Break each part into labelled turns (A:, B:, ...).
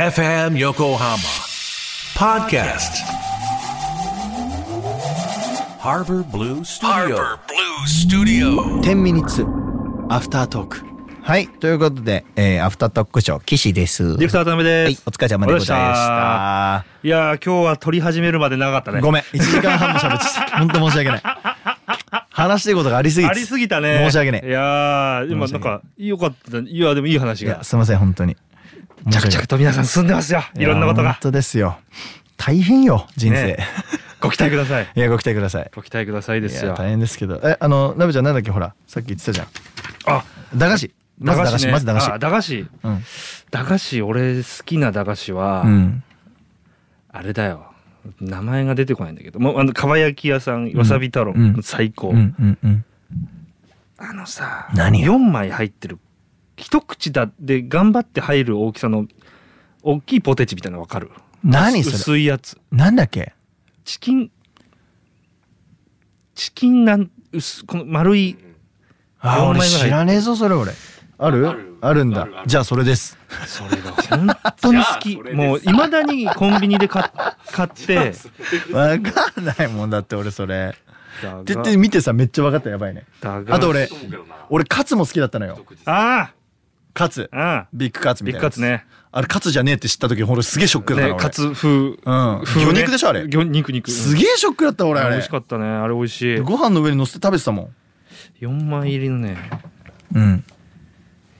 A: FM Yokohama Podcast Harbor Blue Studio
B: 10ミニッツアフタートークはいということで、えー、アフタートークショー岸です
C: ディレクター渡辺
B: は
C: で
B: い
C: す。
B: お疲れ様でございました
C: いやー今日は撮り始めるまで長かったね。
B: ごめん1時間半も喋って た本当申し訳ない話してることがありすぎて
C: ありすぎたね。
B: 申し訳ねえ
C: いやー今
B: 申し
C: なん
B: 訳
C: かよかったねいやでもいい話
B: いや
C: が。
B: すいません本当に
C: 着々と皆さん進んでますよ。いろんなこと
B: や
C: が
B: 本。当ですよ大変よ人生、
C: ねご期待ください。
B: いや ご期待ください
C: ご期待くださいで
B: い
C: す
B: や
C: よ。
B: 大変ですけどえあのなべちゃんなんだっけほらさっき言ってたじゃん
C: あ、
B: 駄菓子まず駄菓子、
C: ね
B: まず駄菓子
C: あ駄菓子。
B: うん
C: 駄菓子俺好きな駄菓子は、
B: うん
C: あれだよ。名前が出てこないんだけど、もうあの蒲焼き屋さんわさび太郎、
B: うん
C: 最高、
B: うんうんうん
C: あのさ、
B: 何
C: 4枚入ってる。一口だで頑張って入る大きさの大きいポテチみたいなのわかる
B: 何それ
C: 薄いやつ
B: なんだっけ
C: チキンチキンなん薄この丸い
B: あー俺
C: 4枚ぐらい
B: 知らねえぞそれ俺あるあるんだじゃあそれです
C: それが本当に好きもういまだにコンビニで買っ買って
B: わかんないもんだって俺そ れ
C: だ
B: って言
C: が
B: って見てさめっちゃわかったやばいね
C: だが
B: あと俺俺カツも好きだったのよ
C: あ
B: カツ
C: あああ
B: ビッグカツみ
C: ビッ
B: たいな
C: グカ
B: やつ
C: ツね
B: あれカツじゃねえって知った時俺すげえショックだった
C: ね
B: の
C: カ
B: 俺
C: ツ風
B: うん
C: 風ね
B: 魚肉でしょあれ
C: 魚肉肉
B: すげえショックだった
C: うん
B: 俺
C: あ
B: あ
C: れ美
B: れ
C: 味しかったねあれ美味しい
B: ご飯の上に乗せて食べてたもん
C: 4枚入りのね
B: うん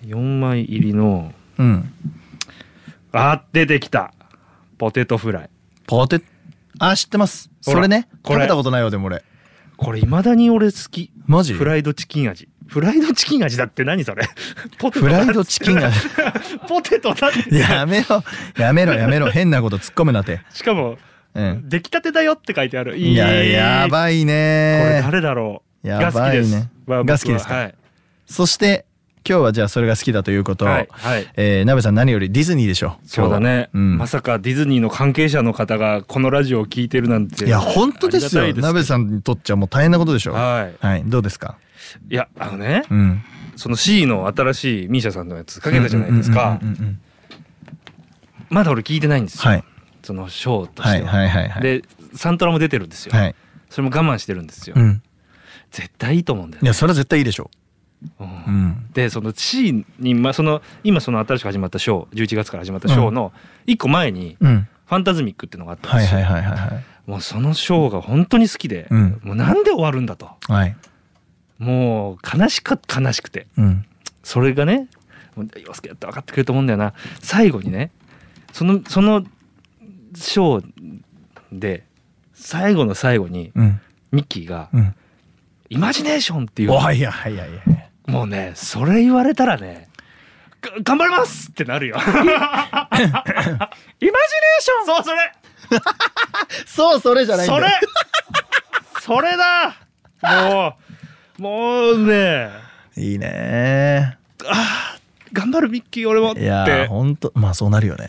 C: 4枚入りの
B: うん
C: あ出てきたポテトフライ
B: ポテあ知ってます
C: ほら
B: それね
C: こ
B: 食
C: れ
B: べたことないよでも俺
C: これいまだに俺好き
B: マジ
C: フライドチキン味フライドチキン味だって何それ ポテト
B: フライドチキンが
C: ポテトだって
B: やめろやめろやめろ変なこと突っ込むなって
C: しかも
B: うん
C: 出来たてだよって書いてある
B: いや、
C: い
B: や
C: こ
B: ばい
C: れ
B: ね。
C: 誰だろう
B: やばいね
C: が
B: が
C: 好きです
B: 好きですか
C: はい
B: そして、今日はじゃあそれが好きだということを、
C: はいはい
B: えー、なべさん何よりディズニーでしょ。今日
C: そうだね、
B: うん。
C: まさかディズニーの関係者の方がこのラジオを聞いてるなんて
B: いや、本当です
C: あ
B: よ。
C: りがた
B: ない
C: で
B: べ
C: す
B: さんにとっちゃもう大変なことでしょ。は
C: はい
B: い。どうですか
C: いやあのね
B: うん。
C: その C の新しいミーシャさんのやつかけたじゃないですか
B: うんうんうんうんうん
C: まだ俺聞いてないんですよ、
B: はい。
C: そのショーとし
B: はい
C: ては、
B: はいはいはい。
C: でサントラも出てるんですよ、
B: はい。
C: それも我慢してるんですよ、
B: うん。
C: 絶対いいと思うんだよ
B: い
C: ね、
B: や、それは絶対いいでしょ
C: う
B: う。うんん。
C: でその C に、ま、その今その新しく始まったショー11月から始まったショーの1個前に
B: うん。
C: 「ファンタズミック」っていうのがあったん
B: は
C: で
B: い
C: す
B: は
C: よ、
B: いはいはいはい。
C: もうそのショーが本当に好きで、
B: うん
C: もうなんで終わるんだと
B: はい。
C: もう悲しか悲しくて
B: うん。
C: それがねもう洋介だって分かってくれると思うんだよな最後にねそのそのショーで最後の最後に
B: うん。
C: ミッキーが
B: うん。
C: 「イマジネーション」っていう
B: おいやいやいやいや。
C: もうねそれ言われたらねが頑張りますってな るよイマジネーションそうそれ
B: そう、それじゃないんだ
C: そ
B: よ
C: れそれだもうもうね
B: いいね。
C: 頑張るミッキー俺もっ
B: いやー、
C: て
B: ほんと、まあそうなるよね。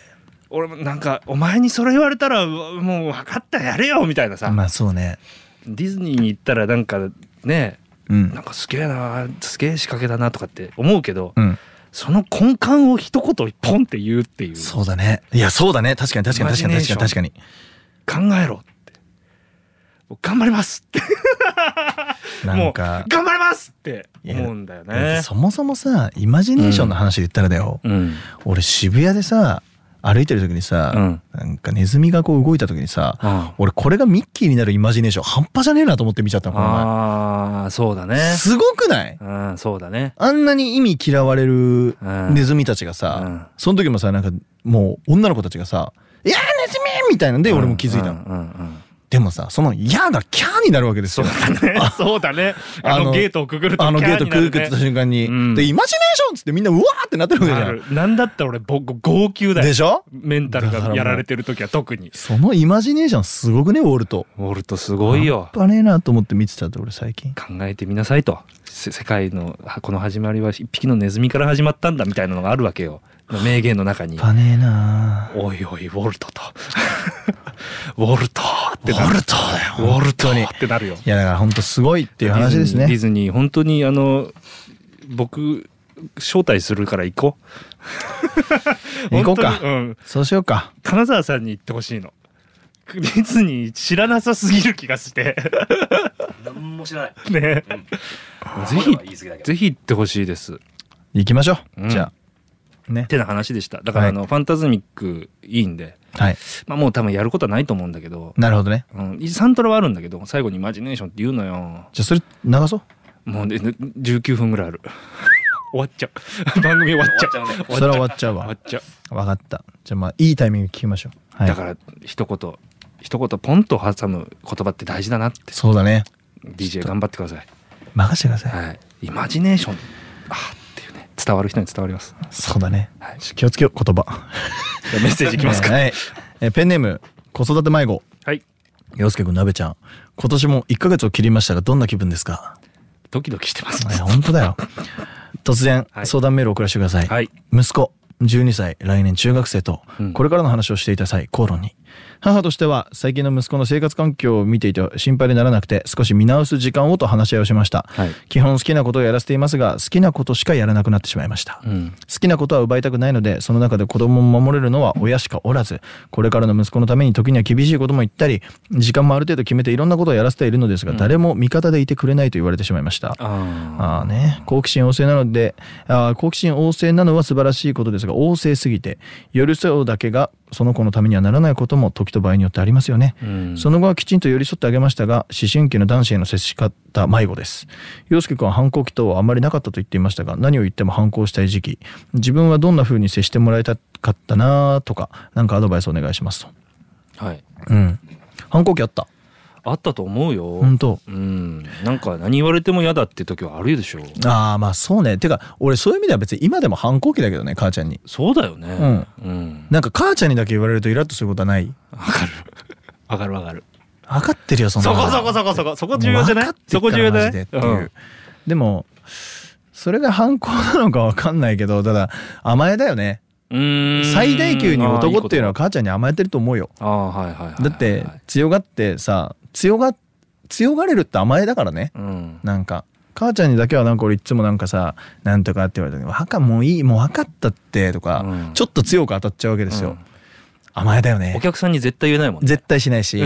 C: 俺もなんかお前にそれ言われたらうわもう分かったやれよみたいなさ、
B: まあそうね。
C: ディズニーに行ったらなんかね
B: うん
C: なんかすげえなすげえ仕掛けだなとかって思うけど、
B: うん、
C: その根幹を一言ポンって言うっていう
B: そうだね。いや、そうだね。確かに確かに確かに確かに確かに。
C: 考えろってもう頑張りますって
B: なんか
C: もう、頑張りますって思うんだよ
B: だって
C: ね。
B: そもそもさ、イマジネーションの話で言ったらだよ。
C: うん、
B: 俺渋谷でさ、歩いてる時にさ、
C: うん
B: なんかネズミがこう動いた時にさ、
C: あ
B: 俺これがミッキーになるイマジネーション半端じゃねえなと思って見ちゃったのこの
C: あーそうだね
B: 前。。すごくない
C: うんそうだね。
B: あんなに意味嫌われる
C: うん
B: ネズミたちが
C: う
B: さ
C: ん、
B: その時もさ、なんかもう女の子たちがさ、いやーネズミみたいなんで俺も気づいた
C: うん
B: の。
C: うんうん
B: でもさ、その、いやーがキャーになるわけです
C: そう
B: よ。
C: だね。 そうだね。あ
B: あの
C: のゲートをくぐると
B: あの
C: キ
B: ゲ
C: ャ
B: ー
C: ー
B: ト
C: に
B: く
C: なる
B: ぐ
C: ね
B: っった瞬間に、
C: うん
B: で、イマジネーションっつってみんなうわーってなってるわけじゃ
C: なるなんだったら俺ぼ号泣だ
B: ん。
C: よ。
B: でしょ
C: メンタルがやられてる時は特に。
B: そのイマジネーションすごくね、ウォルト。
C: ウォルトすごいよ。
B: 半端ねえなと思って見てたって俺最近。
C: 考えてみなさいとせ世界のはこの始まりは一匹のネズミから始まったんだみたいなのがあるわけよ名言の中に
B: 半端ねえな
C: 「おいおいウォルト」と「ウォルト」って
B: ウ
C: な
B: ォ
C: る
B: ルトだよ。
C: ウォルト
B: 本当に。
C: に
B: い
C: ってなるよっ
B: や、だから本当すごいっていう話です
C: デ
B: ね。
C: ィズニーディズニー本当にあの僕招待するから行こう
B: 行こうか
C: 本当にん、
B: そうしようか。
C: 金沢さんに行ってほしいのディズニー知らなさすぎる気がして
D: 何も知らない。
C: ねぜ
D: これ
C: ひ
D: は言い過ぎだけど。
C: ぜひ行ってほしいですっ
B: 行きましょう。
C: うん
B: じゃあ。ね。
C: てな話でしただからあの、ファンタズミックいいんで、
B: はい。
C: まあ、もう多分やることはないと思うんだけど、
B: なるほどね。
C: うん、サントラはあるんだけど最後に「イマジネーション」って言うのよ
B: じゃあそれ流そう。
C: もうで19分ぐらいある 終わっちゃう 番組終わっちゃ
D: 終
C: う
D: わっちゃうね
B: それは終わっちゃう
C: 終わ
B: わ
C: っ。ちゃう
B: わかった。じゃあまあいいタイミングで聞きましょう。はい。
C: だから一言一言ポンと挟む言葉って大事だなって
B: そうだね。
C: DJ 頑張ってください、
B: 任せてください。
C: はい、イマジネーションあーっていうね伝わる人に伝わります
B: そうだね。
C: はい
B: 気をつけよう言葉。
C: じゃあメッセージいきますか
B: はい。えーペンネーム子育て迷子。
C: はい
B: 洋介くんなべちゃん。今年も1ヶ月を切りましたがどんな気分ですか。
C: ドキドキしてます
B: いや本当だよ。突然
C: はい
B: 相談メールを送らせてください。
C: はい
B: 息子12歳来年中学生と
C: うん
B: これからの話をしていた際口論に母としては最近の息子の生活環境を見ていて心配にならなくて少し見直す時間をと話し合いをしました、
C: はい
B: 基本好きなことをやらせていますが好きなことしかやらなくなってしまいました、
C: うん
B: 好きなことは奪いたくないのでその中で子供を守れるのは親しかおらずこれからの息子のために時には厳しいことも言ったり時間もある程度決めていろんなことをやらせているのですが、誰も味方でいてくれないと言われてしまいました
C: あ
B: ああね、好奇心旺盛なのであー好奇心旺盛なのは素晴らしいことですが旺盛すぎて寄り添うだけがその子のためにはならないことも時と場合によってありますよね、
C: うん
B: その後はきちんと寄り添ってあげましたが思春期の男子への接し方迷子です陽介君は反抗期等はあまりなかったと言っていましたが何を言っても反抗したい時期自分はどんな風に接してもらいたかったなとか何かアドバイスお願いしますと
C: あはい
B: うん反抗期あった
C: あったと思うよ
B: 本当
C: うんなんか何言われても嫌だって時はあるでしょ
B: ああまあそうねてか俺そういう意味では別に今でも反抗期だけどね母ちゃんに
C: そうだよねうん、
B: なんか母ちゃんにだけ言われるとイラッとすることはない
C: わかるわかる
B: 分かってるよそんな
C: そ
B: の
C: こそこそこそこそこ重要じゃない
B: もう分かってっから
C: そこ重要じ
B: マ
C: ゃ
B: ジ
C: な
B: でっ
C: い
B: ていうでもそれが反抗なのか分かんないけどただ甘えだよね
C: うん
B: 最大級に男っていうのは母ちゃんに甘えてると思うよ
C: あーはいはいはいはい
B: だって強がってさ強が強がれるって甘えだからね
C: うん
B: なんか母ちゃんにだけはなんか俺いつもなんかさ「なんとか」って言われた時「わかもういいもう分かったって」とか、
C: うん
B: ちょっと強く当たっちゃうわけですよ、甘えだよね
C: お客さんに絶対言えないもんね
B: 絶対しない し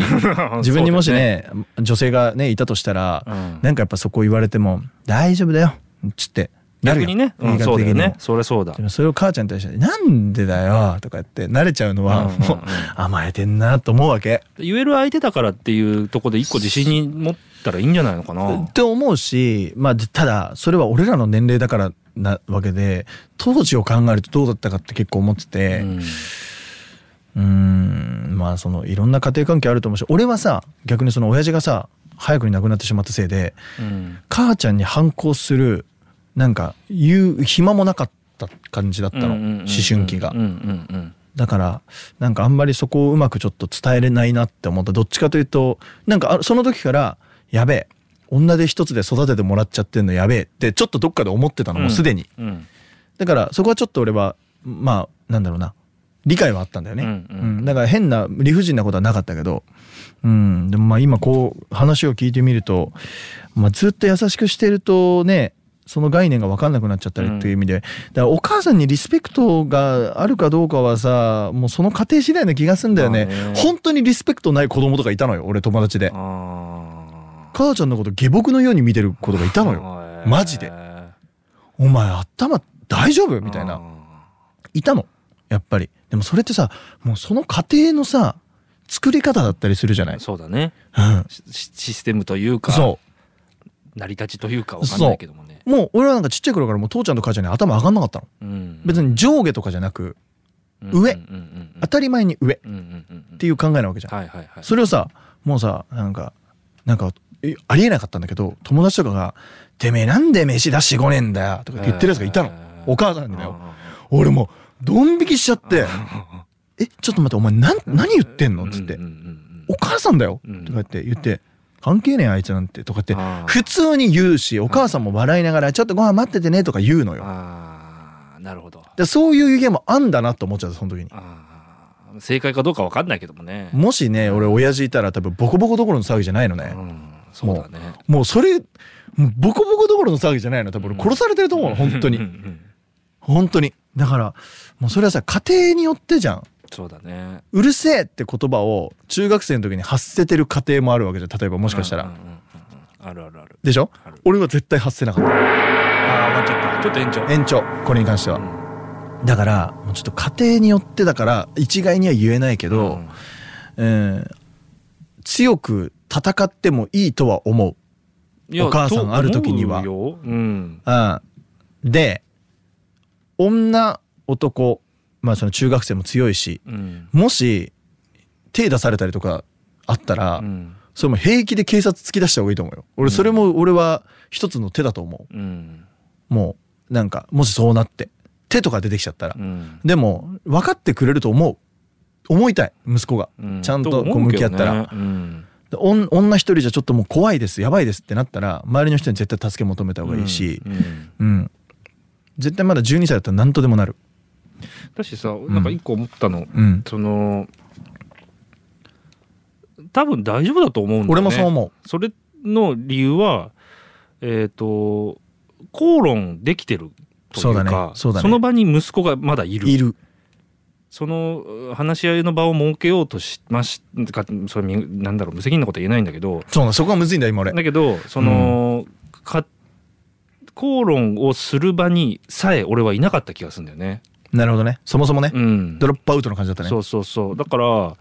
B: 自分にもしね女性がねいたとしたら、
C: うん
B: なんかやっぱそこ言われても「大丈夫だよ」っつってなるよ
C: 逆にね、う
B: 言い
C: ん、
B: 方
C: そうだ
B: 的
C: よ
B: にも
C: ねそれそうだ
B: でもそれを母ちゃんに対して「なんでだよ」とか言って慣れちゃうのは
C: うんうんうん
B: もう甘えてんなと思うわけ。
C: 言える相手だからっていうところで一個自信に持ったらいいんじゃないのかな
B: って思うし、まあ、でただそれは俺らの年齢だからなわけで当時を考えるとどうだったかって結構思ってて。
C: うん
B: うーんまあそのいろんな家庭関係あると思うし俺はさ逆にその親父がさ早くに亡くなってしまったせいで
C: うん
B: 母ちゃんに反抗するなんか言う暇もなかった感じだったの
C: うんうんうんうん
B: 思春期が
C: うんうん
B: だからなんかあんまりそこをうまくちょっと伝えれないなって思ったどっちかというとなんかあその時からやべえ女で一つで育ててもらっちゃってんのやべえってちょっとどっかで思ってたの
C: うん
B: もうすでに
C: うんうん
B: だからそこはちょっと俺はまあなんだろうな理解はあったんだよね、
C: うんうん
B: うんだから変な理不尽なことはなかったけど、うん、でもまあ今こう話を聞いてみると、まあ、ずっと優しくしてるとねその概念が分かんなくなっちゃったりっていう意味で、だからお母さんにリスペクトがあるかどうかはさもうその家庭次第な気がすんだよね,、
C: まあね
B: 本当にリスペクトない子供とかいたのよ俺友達で
C: あ
B: 母ちゃんのこと下僕のように見てる子とかいた
C: あ
B: のよマジで「お前頭大丈夫?」みたいないたのやっぱりでもそれってさもうその家庭のさ作り方だったりするじゃない、
C: そうだね
B: うん、
C: シシステムというか
B: そ
C: 成り立ちというかわかんないけどもね
B: うもう俺はなんかちっちゃい頃からもう父ちゃんと母ちゃんに頭上がんなかったの
C: うん
B: 別に上下とかじゃなく上当たり前に上って
C: い
B: いう考えなわけじゃん、
C: はいはいはい
B: それをさもうさなんかなんかえありえなかったんだけど友達とかが「てめえなんで飯出してこねえんだよ」とか言ってるやつがいたの、
C: えー
B: お母さんにだよ、
C: あ
B: 俺もうドン引きしちゃって「えちょっと待ってお前なん何言ってんの?」
C: ー
B: っつって
C: うんうんうん
B: お母さんだよ
C: うん」
B: とかって言って「関係ねえあいつなんて」とかって
C: あー
B: 普通に言うしお母さんも笑いながら「ちょっとご飯待っててね」とか言うの
C: うん
B: よ。
C: あーなるほど
B: でそういうゲームあんだなと思っちゃったその時に。
C: あー正解かどうかわかんないけどもね
B: もしね俺親父いたら多分ボコボコどころの騒ぎじゃないのね
C: う。んそうだね
B: もうそれもうボコボコどころの騒ぎじゃないの多分俺殺されてると思うの本当
C: うんう
B: に
C: ん
B: 本当にだからもうそれはさ家庭によってじゃん
C: そうだね
B: うるせえって言葉を中学生の時に発せてる家庭もあるわけじゃん例えばもしかしたら、
C: うんうんうんうんあるあるある
B: でしょ
C: ある
B: 俺は絶対発せなかっ
C: ああ終わっちゃったちょっと延長
B: た延長これに関しては、だからもうちょっと家庭によってだから一概には言えないけど、
C: うん
B: うん強く戦ってもいいとは思う
C: いや
B: お母さんある時には
C: と思うようん
B: うん、で女男まあその中学生も強いし
C: うん
B: もし手出されたりとかあったら、
C: うん
B: それも平気で警察突き出した方がいいと思うよ俺それも俺は一つの手だと思
C: うん
B: うもうなんかもしそうなって手とか出てきちゃったら、
C: うん
B: でも分かってくれると思う思いたい息子が、
C: うん
B: ちゃんとこう
C: 思う
B: 向
C: け
B: き合
C: ど
B: ったら、
C: ねうん
B: でおん女一人じゃちょっともう怖いですやばいですってなったら周りの人に絶対助け求めた方がいいし、
C: うんうん
B: うん。絶対まだ12歳だったら何とでもなる。
C: だしさなんか一個思ったの、
B: うん。
C: その多分大丈夫だと思うんだよね
B: 俺もそう思
C: それの理由はえっ、と口論できてるというか
B: そうだねそうだね。
C: の場に息子がまだいうる
B: いる。
C: そのう話し合いの場を設けようとしましかそれみなんだろう無責任なことは言えないんだけど
B: そうな、そこがむずいんだ、今俺。
C: だけどその、か口論をする場にさえ俺はいなかった気がするんだよね。
B: なるほどね。そもそもね
C: う、ん、
B: ドロップアウトの感じだったね。
C: そうそうそうだから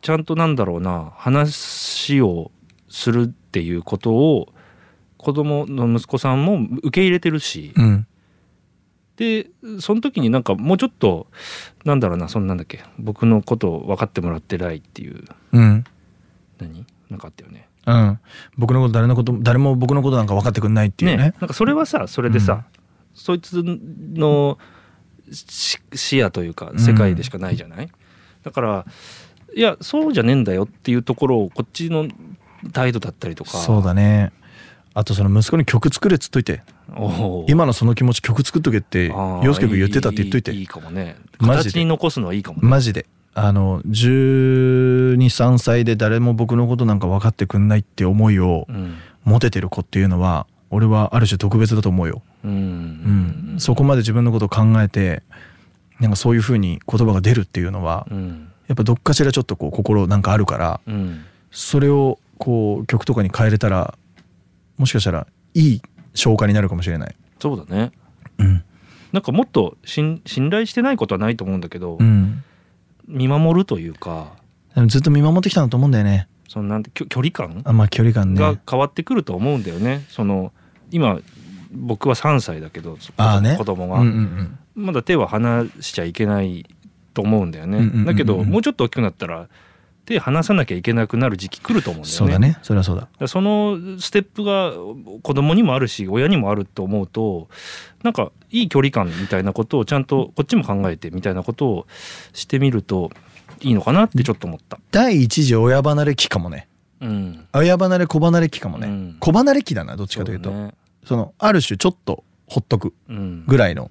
C: ちゃんとなんだろうな話をするっていうことを子供の息子さんも受け入れてるし、
B: うん。
C: でその時になんかもうちょっとなんだろうなそんなんだっけ僕のことを分かってもらってないっていう
B: うん。
C: 何なんかあったよね。
B: うん。僕のこと、誰のこと、誰も僕のことなんか分かってくんないっていうね。
C: なんかそれはさそれでさ、そいつのし視野というか
B: ん
C: 世界でしかないじゃない、だからいやそうじゃねえんだよっていうところをこっちの態度だったりとか
B: そうだね。あとその息子に曲作れっつっといて
C: おー
B: 今のその気持ち曲作っとけって
C: あー
B: 洋介君言ってたって言っといて
C: いいいいかもね
B: マジで
C: 形に残すのはいいかもね
B: マジであの123歳で誰も僕のことなんか分かってくんないって思いを
C: うん
B: 持ててる子っていうのは俺はある種特別だと思うよ
C: う
B: うんん、そこまで自分のことを考えてなんかそういうふうに言葉が出るっていうのは
C: うん
B: やっぱどっかしらちょっとこう心なんかあるから
C: うん
B: それをこう曲とかに変えれたらもしかしたらいい消化になるかもしれない。
C: そうだね
B: うん
C: なんかもっと信信頼してないことはないと思うんだけど、
B: うん、
C: 見守るというか
B: でもずっと見守ってきたんだと思うんだよね
C: そのなんてきょ距離感
B: あんまあ距離感ね。
C: が変わってくると思うんだよね。その今僕は3歳だけど
B: あーね
C: 子供
B: う
C: が、
B: んうん
C: まだ手は離しちゃいけないと思うんだよね、
B: うんうんうんうん
C: だけどもうちょっと大きくなったら手離さなきゃいけなくなる時期来ると思う
B: うんん、
C: だよね
B: そうだねそれはそうだ。
C: だからそのステップが子供にもあるし親にもあると思うとなんかいい距離感みたいなことをちゃんとこっちも考えてみたいなことをしてみるといいのかなってちょっと思った。
B: 第一次親離れ期かもね
C: うん、
B: 親離れ子離れ期かもね、
C: うん
B: 子離れ期だなどっちかというと
C: そうだね
B: そのある種ちょっとほっとく
C: うん
B: ぐらいの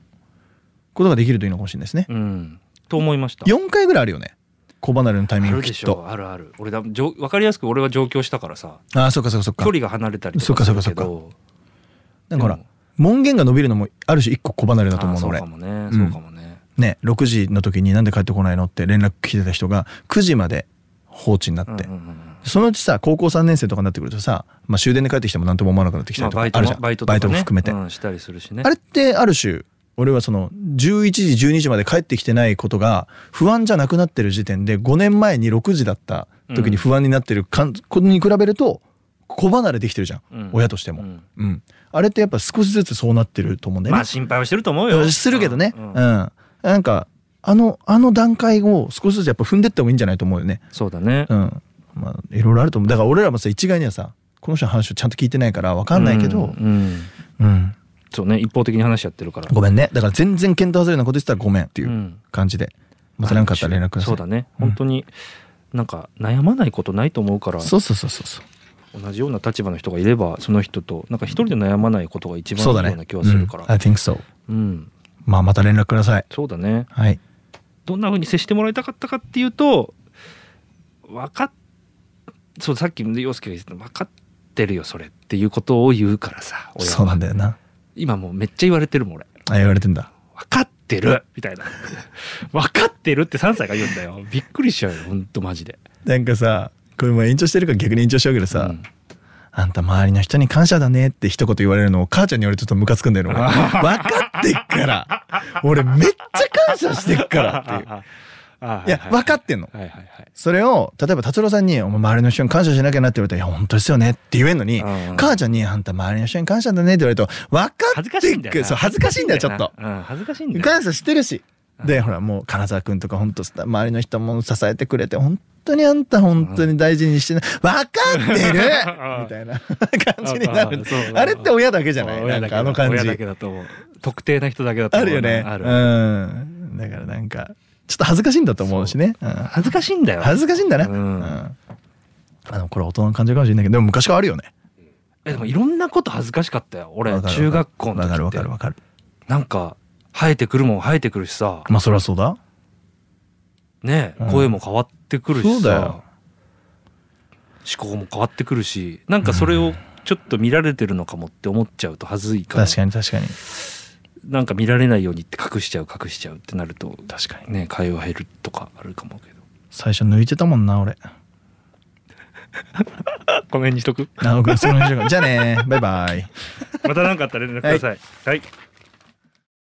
B: ことができるといいのかもしれないですね。
C: うん、と思いました。
B: 4回ぐらいあるよね小離れのタイミ
C: あ
B: ン
C: る
B: グ
C: で
B: き
C: し
B: っ
C: ょ
B: と
C: あるある俺だじょ分かりやすく俺は上京したからさ
B: ああそっかそっかそっか
C: 距離が離れたり
B: そ
C: と
B: っか
C: か
B: そ
C: す
B: っか
C: る
B: そっ
C: け
B: か
C: ど
B: だから
C: でも
B: 門限が伸びるのもある種一個小離れだと思うの
C: あ
B: 俺
C: ーそうかもね
B: うん
C: そうかもね、
B: ね6時の時になんで帰ってこないのって連絡来てた人が9時まで放置にな
C: うん
B: って、
C: うんうん
B: そのうちさ高校3年生とかになってくるとさ、まあ、終電で帰ってきても何とも思わなくなってきた
C: まあ
B: りとか
C: バ
B: ある
C: イト
B: じゃ
C: も
B: ん、
C: バイト
B: バ
C: とか
B: イ
C: ね
B: トも含めて、
C: うん、したりするしね
B: あれってある種俺はその11時12時まで帰ってきてないことが不安じゃなくなってる時点で5年前に6時だった時に不安になってるかんことに比べると子離れできてるじゃん、
C: うん
B: 親として
C: う
B: も、
C: ん
B: うん、あれってやっぱ少しずつそうなってると思うんだよ
C: ま
B: ね
C: あ。心配はしてると思うよ
B: するけどね、う
C: うんん
B: なんかあのあの段階を少しずつやっぱ踏んでった方がいいんじゃないと思うよね。
C: そうだね
B: うん、まあいろいろあると思うだから俺らもさ一概にはさこの人の話をちゃんと聞いてないから分かんないけ
C: うん
B: ど、
C: うん
B: うん
C: そうね一方的に話しちゃってるから
B: ごめんねだから全然見当外れなこと言ってたらごめんっていううん感じで、また何かあったら連絡ください。
C: そうだね
B: うん
C: 本当に、なんか悩まないことないと思うから
B: そうそうそうそうそう
C: 同じような立場の人がいればその人となんか一人で悩まないことが一番い
B: そう
C: い
B: だね。
C: ような気はするか
B: うん、
C: ら
B: I think so。
C: うん
B: まあまた連絡ください。
C: そうだね
B: はい。
C: どんな風に接してもらいたかったかっていうと分かっそうさっき洋介が言ってた分かっってるよそれっていうことを言うからさ親は
B: そうなんだよな
C: 今もうめっちゃ言われてるもん俺
B: あ言われてんだ
C: 分かってるみたいな 分かってるって3歳が言うんだよびっくりしちゃうよほんとマジで
B: なんかさこれもう延長してるから逆に延長しちゃうけどさ、
C: うん
B: あんた周りの人に感謝だねって一言言われるのを母ちゃんに言われてちょっとムカつくんだよね俺分 かってっから俺めっちゃ感謝してっからっていう
C: あああ
B: いや
C: はは
B: 分かってんの
C: はいはいはい
B: それを例えば達郎さんに「お前周りの人に感謝しなきゃな」って言われたら「いや本当ですよね」って言えんのに、
C: うん
B: 母ちゃんに「あんた周りの人に感謝だね」って言われると「分か
C: 恥ず
B: っ
C: かしてい
B: っ
C: んだよ
B: か
C: な
B: そう恥ずかしいんだよちょっと。
C: うん恥ずかしいんだよ
B: 感謝してるしでほらもう金沢くんとか本当周りの人も支えてくれて本当にあんた本当に大事にしてな分かってるみたいな 感じになる
C: あそう
B: あれって親だけじゃない
C: 親
B: な
C: だ
B: ん
C: け
B: かあの感
C: 親
B: じ
C: だけだと思う特定な人だけだと
B: あ
C: 思う
B: るよね
C: ある
B: うんだからなんかちょっと恥ずかしいんだと思うしねうん
C: 恥ずかしいんだよ
B: 恥ずかしいんだな
C: うん
B: うんあのこれ大人の感じかもしれないけどでも昔からあるよね
C: えでもいろんなこと恥ずかしかったよ俺
B: わかる
C: 中学校の
B: わかる
C: 時
B: わ
C: って
B: かるわかる
C: なんか生えてくるもん生えてくるしさ
B: まあそりゃそうだ
C: ね
B: うん
C: 声も変わってくるしさ、
B: そうだよ
C: 思考も変わってくるしなんかそれをちょっと見られてるのかもって思っちゃうと恥ずいから
B: 確かに確かに
C: なんか見られないようにって隠しちゃう隠しちゃうってなると
B: 確かに
C: ね会話減るとかあるかもけど
B: 最初抜いてたもんな俺
C: この辺にしとく
B: あ僕その話だからじゃあねバイバイ
C: また何かあったら連絡ください、はい